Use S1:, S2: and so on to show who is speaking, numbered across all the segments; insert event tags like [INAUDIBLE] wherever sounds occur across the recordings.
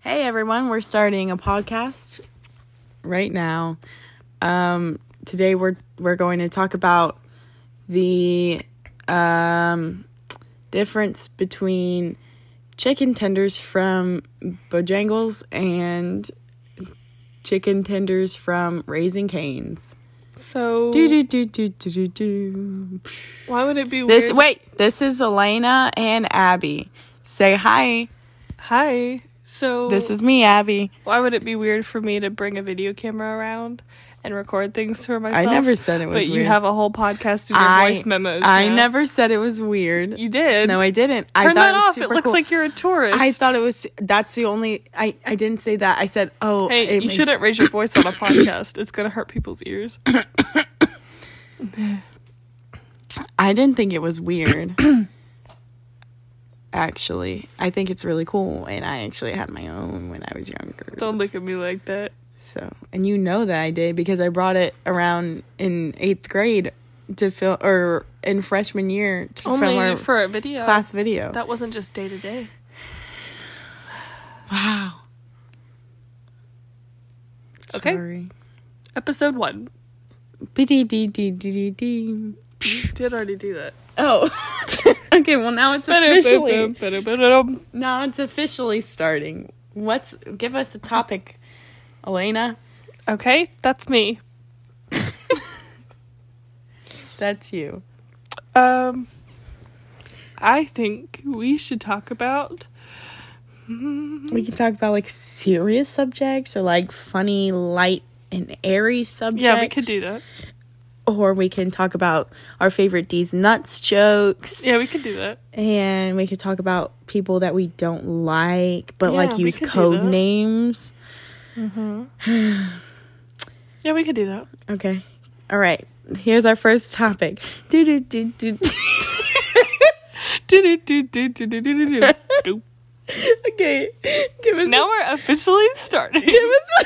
S1: Hey everyone, we're starting a podcast right now. Um, today we're we're going to talk about the um, difference between chicken tenders from Bojangles and chicken tenders from Raising Canes.
S2: So
S1: Do do do do do do do.
S2: why would it be
S1: This
S2: weird?
S1: wait, this is Elena and Abby. Say hi.
S2: Hi. So
S1: This is me, Abby.
S2: why would it be weird for me to bring a video camera around and record things for myself?
S1: never said it was
S2: But you
S1: weird.
S2: have a whole podcast of your voice memos.
S1: I
S2: now.
S1: never said it was weird.
S2: You did.
S1: No, I didn't. I
S2: Turn
S1: thought
S2: that
S1: it was
S2: off.
S1: super
S2: It looks
S1: cool.
S2: like you're a tourist.
S1: I thought it was. That's the only. I I didn't say that. I said, oh,
S2: Hey,
S1: it
S2: you
S1: makes-
S2: shouldn't raise your voice on a podcast. It's gonna hurt people's ears.
S1: I didn't think it was weird. [CLEARS THROAT] actually, I think it's really cool, and I actually had my own when I was younger.
S2: Don't look at me like that.
S1: So, and you know that I did because I brought it around in eighth grade to fill or in freshman year to,
S2: Only
S1: from our
S2: for a video.
S1: class video.
S2: That wasn't just day to day.
S1: wow.
S2: Okay.
S1: Sorry.
S2: Episode one.
S1: Biddy-dee-dee-dee-dee-dee.
S2: You [LAUGHS] did already do that.
S1: Oh. [LAUGHS] okay, well now it's officially
S2: Ba-da-ba-dum.
S1: now it's officially starting. What's give us a topic, Elena?
S2: [LAUGHS] Okay, that's me.
S1: That's you.
S2: Um, I think we should talk about.
S1: We can talk about like serious subjects or like funny, light and airy subjects.
S2: Yeah, we could do that.
S1: Or we can talk about our favorite D's nuts jokes.
S2: Yeah, we could do that.
S1: And we could talk about people that we don't like but
S2: Yeah,
S1: like
S2: we
S1: use
S2: could do
S1: code
S2: that.
S1: names.
S2: Yeah, we could do that.
S1: Okay. All right. Here's our first topic. Do do do do. [LAUGHS]
S2: [LAUGHS] Do-do-do-do-do-do-do-do-do.
S1: Okay. Give us
S2: now we're officially [LAUGHS] starting.
S1: Give us.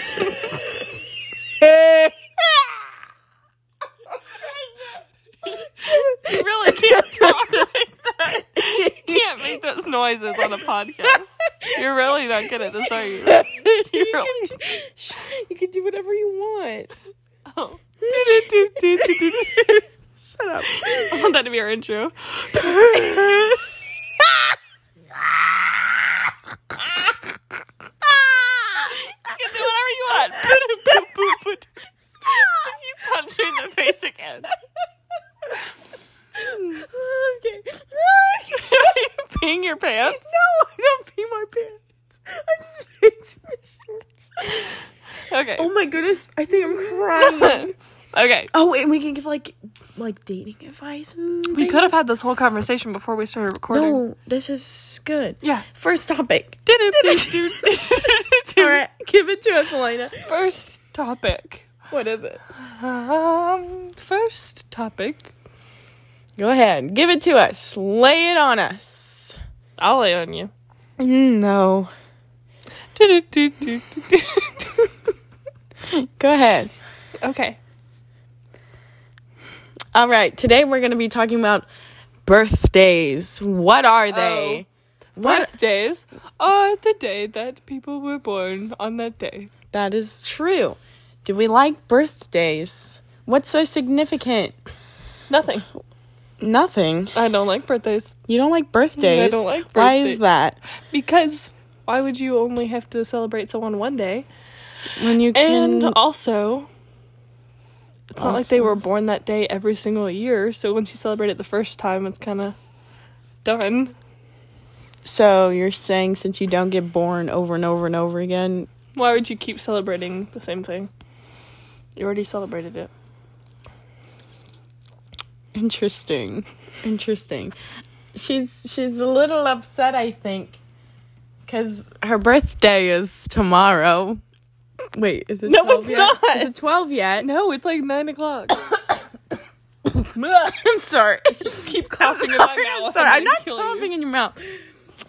S2: You really can't talk like that. You [LAUGHS] can't make those noises on a podcast. You're really not good at this, are you?
S1: [LAUGHS]
S2: [LAUGHS]
S1: you,
S2: really-
S1: can, shh, you can do whatever you want.
S2: Oh. Do-do-do-do-do-do.
S1: [LAUGHS] Shut up.
S2: [LAUGHS] I want that to be our intro. You can do whatever you [LAUGHS] want. Boop-a-boop-boop-boop. You punch her in the face again.
S1: okay.
S2: Are [LAUGHS] you peeing your pants?
S1: No, I don't pee my pants. I just pee to my shorts.
S2: Okay.
S1: Oh my goodness, I think I'm crying.
S2: okay.
S1: [LAUGHS] oh, and we can give like like dating advice. And
S2: We could have had this whole conversation before we started recording.
S1: No, this is good.
S2: Yeah.
S1: First topic. [LAUGHS] All right,
S2: Alright.
S1: [LAUGHS] give it to us, Elena.
S2: First topic.
S1: What is it?
S2: Um, first topic.
S1: Go ahead, give it to us. Lay it on us.
S2: I'll lay on you.
S1: Mm, No. Go ahead.
S2: okay.
S1: All right, today we're going to be talking about birthdays. What are they?
S2: Oh.
S1: what?
S2: Birthdays are the day that people were born on that day.
S1: That is true. Do we like birthdays? What's so significant?
S2: Nothing.
S1: Nothing.
S2: I don't like birthdays.
S1: You don't like birthdays.
S2: don't like
S1: Why is
S2: birthdays.
S1: that?
S2: Because why would you only have to celebrate someone one day?
S1: When you can
S2: And also, it's not like they
S1: Also-
S2: were born that day every single year. So once you celebrate it the first time, it's kind of done.
S1: So you're saying since you don't get born over and over and over again,
S2: Why would you keep celebrating the same thing? You already celebrated it.
S1: interesting. Interesting. She's she's a little upset, I think, cuz her birthday is tomorrow. Wait, is it
S2: No,
S1: 12
S2: it's
S1: yet?
S2: not.
S1: Is it 12 yet?
S2: No, it's like nine o'clock.
S1: [LAUGHS] I'm
S2: [LAUGHS]
S1: sorry.
S2: keep coughing in my
S1: sorry,
S2: mouth.
S1: I'm, sorry. I'm
S2: gonna
S1: not
S2: kill
S1: coughing in your mouth.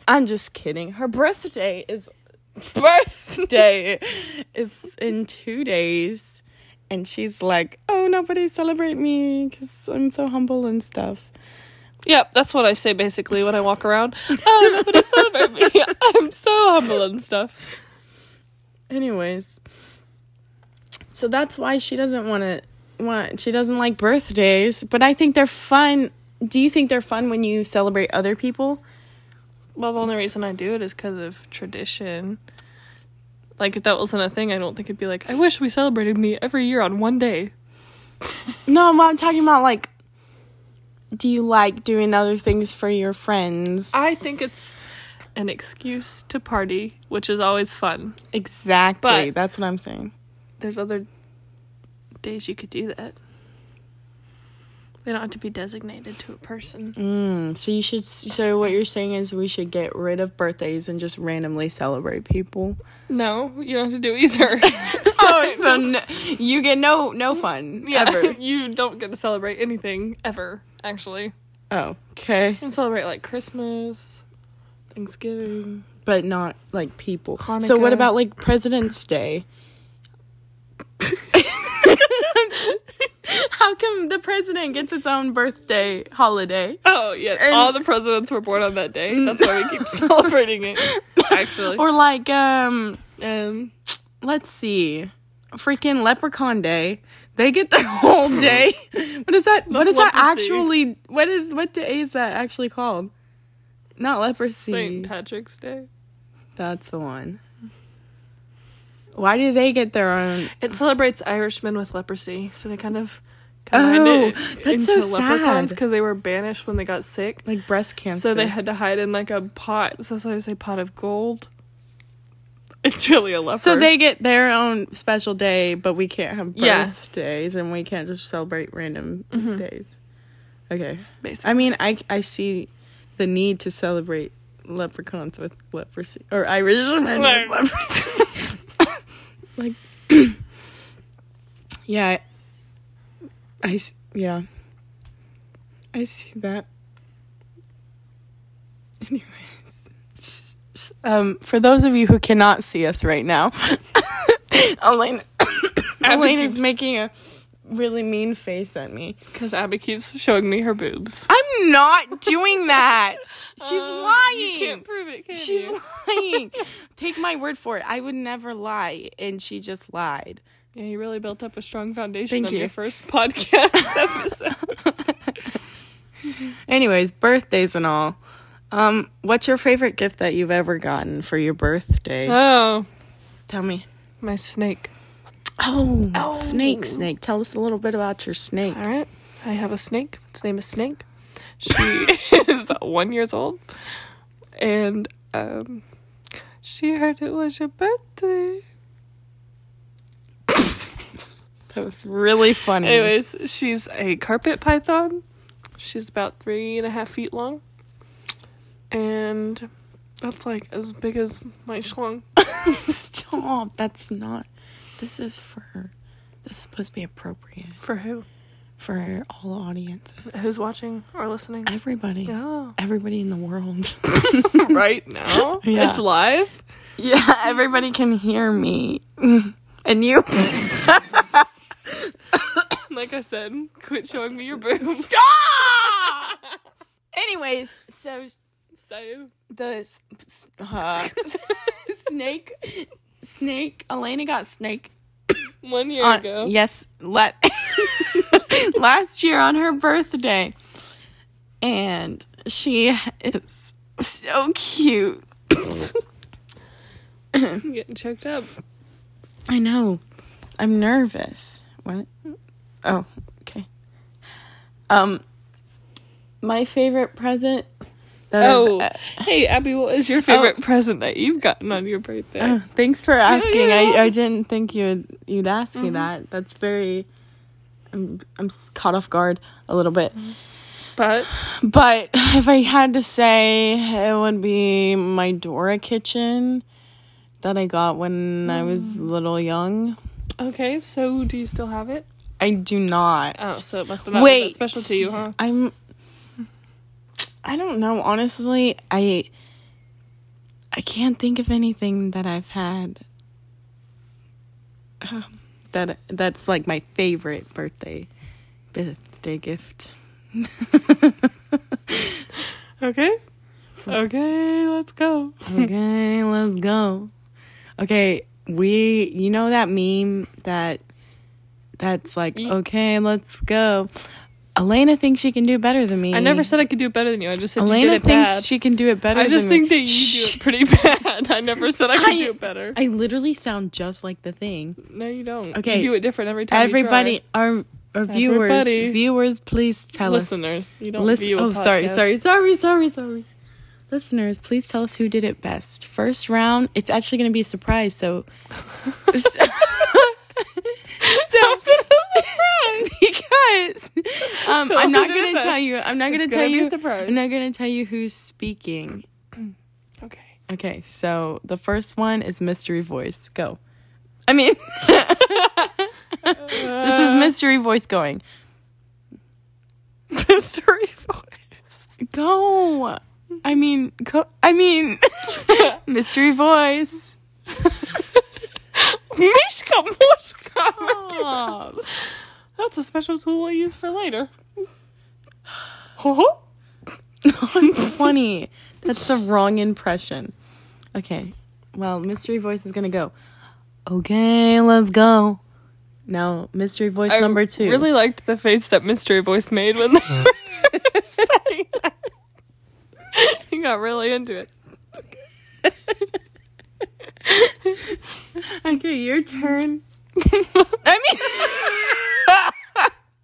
S1: I'm just kidding. Her birthday is birthday is in two days, and she's like, "Oh, nobody celebrate me because I'm so humble and stuff."
S2: You. [COUGHS] Yep, that's what I say [LAUGHS] basically when I walk around. Oh, nobody celebrate me. I'm so humble and stuff.
S1: Anyways, so that's why she doesn't want to want she doesn't like birthdays, but I think they're fun. Do you think they're fun when you celebrate other people?
S2: Well, the only reason I do it is because of tradition. Like, if that wasn't a thing, I don't think it'd be like, I wish we celebrated me every year on one day.
S1: No, I'm- I'm talking about like do you like doing other things for your friends?
S2: I think it's an excuse to party, which is always fun.
S1: Exactly.
S2: But-
S1: that's what I'm saying.
S2: There's other days you could do that. They don't have to be designated to a person.
S1: Mm, so you should so what you're saying is we should get rid of birthdays and just randomly celebrate people.
S2: No, you don't have to do either.
S1: Oh, [LAUGHS] so no, you get no no fun
S2: [LAUGHS] [LAUGHS] yeah,
S1: ever.
S2: you don't get to celebrate anything ever, actually.
S1: Oh, okay.
S2: You can celebrate like Christmas, Thanksgiving.
S1: But not like people. So what
S2: Hanukkah.
S1: about like President's Day? [LAUGHS] How come the president gets its own birthday holiday?
S2: Oh, yeah.
S1: And-
S2: All the presidents were born on that day. That's why [LAUGHS] we keep celebrating it, actually.
S1: Or like um
S2: um,
S1: let's see. Freaking Leprechaun Day. They get the [LAUGHS] whole day. What is that? what is that
S2: leprosy.
S1: actually? What is what day is that actually called? Not leprosy.
S2: St. Patrick's Day.
S1: That's the one. Why do they get their own?
S2: It celebrates Irishmen with leprosy, so they kind of combined
S1: Oh,
S2: it
S1: that's so
S2: into
S1: sad.
S2: leprechauns because they were banished when they got sick.
S1: Like breast cancer.
S2: So they had to hide in like a pot. So that's why they say pot of gold. [LAUGHS] It's really a leper.
S1: So they get their own special day, but we can't have
S2: Yeah.
S1: birthdays and we can't just celebrate random days. Okay.
S2: basically.
S1: I
S2: [LAUGHS]
S1: mean, I I see the need to celebrate leprechauns with leprosy or Irishmen
S2: Like-
S1: with leprosy. like, yeah, I, I s- yeah, I see that. Anyways, [LAUGHS] um, for those of you who cannot see us right now, [LAUGHS] Elaine, [COUGHS] Elaine is making a really mean face at me.
S2: because Abby keeps showing me her boobs.
S1: I'm not doing [LAUGHS] that. She's
S2: Um, You
S1: lying.
S2: can't prove it, can
S1: She's
S2: you?
S1: lying. Take my word for it. I would never lie, and she just lied.
S2: Yeah, you really built up a strong foundation
S1: Thank
S2: on
S1: you.
S2: your first [LAUGHS] podcast episode.
S1: Anyways, birthdays and all. Um, what's your favorite gift that you've ever gotten for your birthday?
S2: Oh,
S1: Tell me.
S2: my snake.
S1: Oh,
S2: Oh.
S1: snake, snake. Tell us a little bit about your snake.
S2: All right. I have a snake. Its name is Snake. She [LAUGHS] is one years old. And um she heard it was your birthday.
S1: That was really funny.
S2: Anyways, she's a carpet python. She's about three and a half feet long. And that's like as big as my schlong.
S1: [LAUGHS] Stop. That's not. This is for. This is supposed to be appropriate
S2: For who?
S1: for all audiences.
S2: Who's watching or listening?
S1: Everybody. [LAUGHS]
S2: Oh.
S1: Everybody in the world.
S2: right now?
S1: Yeah.
S2: It's live?
S1: [LAUGHS] Yeah, everybody can hear me. [LAUGHS] And you.
S2: Like I said, quit showing me your
S1: [LAUGHS]
S2: boobs. [LAUGHS]
S1: Stop! Anyways, so
S2: So
S1: the s- s- uh, snake, snake, Elena got snake.
S2: one year
S1: on-
S2: ago.
S1: yes, let, [LAUGHS] last year on her birthday. And she is so cute.
S2: I'm getting choked up.
S1: Uh, I know. I'm nervous. What? Oh, okay. Um, my favorite present. That I've-
S2: Oh,
S1: uh,
S2: hey Abby, what is your favorite present that you've gotten on your birthday?
S1: oh, thanks for asking.
S2: you're
S1: I, I
S2: welcome.
S1: didn't think you'd you'd ask me that. That's very. I'm I'm s- caught off guard a little bit,
S2: but
S1: but [LAUGHS] if I had to say, it would be my Dora kitchen that I got when I was little young.
S2: okay, so do you still have it?
S1: I do not.
S2: Oh, so it must have not been that special to you, huh?
S1: I'm. I don't know. Honestly, I. I can't think of anything that I've had. um, that that's like my favorite birthday, birthday
S2: [LAUGHS]
S1: gift.
S2: Okay, okay, let's go.
S1: Okay, let's go. Okay, we you know that meme that that's like
S2: Ye-
S1: okay let's go elena thinks she can do better than me
S2: I never said I could do it better than you. I just said you
S1: elena
S2: did it
S1: thinks
S2: bad.
S1: she can do it better
S2: I just
S1: than me.
S2: think that you do it pretty [LAUGHS] bad. I never said I could
S1: I-
S2: do it better.
S1: i literally sound just like the thing
S2: no, you don't.
S1: Okay.
S2: You do it different every time. you
S1: everybody our our viewers
S2: Everybody.
S1: viewers please
S2: try.
S1: tell us
S2: listeners, you don't
S1: Listen-
S2: view a
S1: oh, sorry,
S2: podcast.
S1: sorry, sorry, sorry, sorry. Listeners, please tell us who did it best. First round, it's actually going to be a surprise.
S2: [LAUGHS]
S1: So, so,
S2: How's it a
S1: [LAUGHS] because um,
S2: Tell us
S1: I'm
S2: who
S1: not
S2: did it
S1: going to
S2: best.
S1: tell you. I'm not going to
S2: It's
S1: tell
S2: gonna be a
S1: you.
S2: surprise.
S1: I'm not going to tell you who's speaking.
S2: Okay.
S1: Okay, so the first one is mystery voice. Go. I mean, [LAUGHS] [LAUGHS] this is mystery voice going.
S2: mystery voice.
S1: Go. I mean, go. I mean, [LAUGHS] mystery voice.
S2: Mishka
S1: Oh.
S2: Moshka.
S1: Stop.
S2: That's a special tool I use for later. Ho ho.
S1: funny. That's the wrong impression. Okay. Well, mystery voice is gonna go. Okay, let's go. Now, mystery voice number two.
S2: Really liked the face that Mystery Voice made when
S1: [LAUGHS]
S2: they were saying that. [LAUGHS] He got really into it.
S1: Okay, your turn. I mean, [LAUGHS]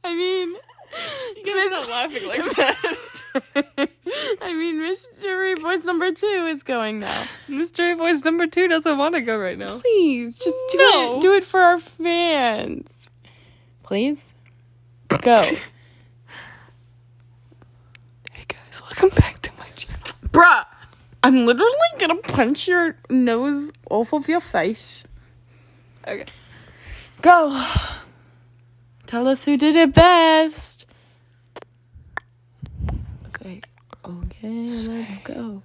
S1: I mean,
S2: Stop laughing like that.
S1: I mean, mystery voice number two is going now.
S2: Mystery Voice number two doesn't want to go right now.
S1: Please, just do
S2: No.
S1: it. Do it for our fans. Please, go,
S2: Hey guys, welcome back to my channel.
S1: [LAUGHS] bruh. I'm literally gonna punch your nose off of your face.
S2: Okay.
S1: Go. Tell us who did it best. Okay. Okay, let's go.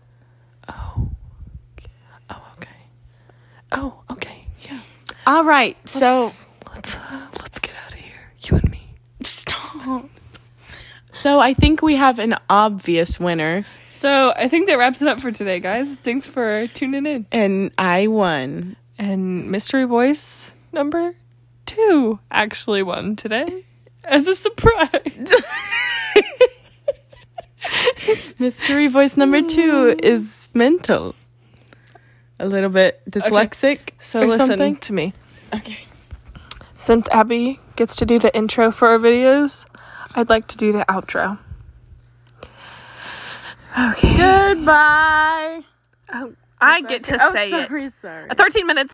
S2: Oh, okay. Oh, okay. Yeah.
S1: All right, so
S2: Let's- let's uh, let's get out of here. You and me.
S1: stop. So I think we have an obvious winner,
S2: So I think that wraps it up for today, guys. Thanks for tuning in.
S1: and I won.
S2: And mystery voice number two actually won today [LAUGHS] as
S1: [LAUGHS]
S2: a surprise.
S1: Mystery voice number two is mental. A little bit dyslexic
S2: So
S1: or
S2: listen
S1: something.
S2: to me.
S1: Okay.
S2: Since Abby gets to do the intro for our videos, I'd like to do the outro. Okay.
S1: Goodbye.
S2: I get to say it.
S1: sorry.
S2: Oh, 13 minutes.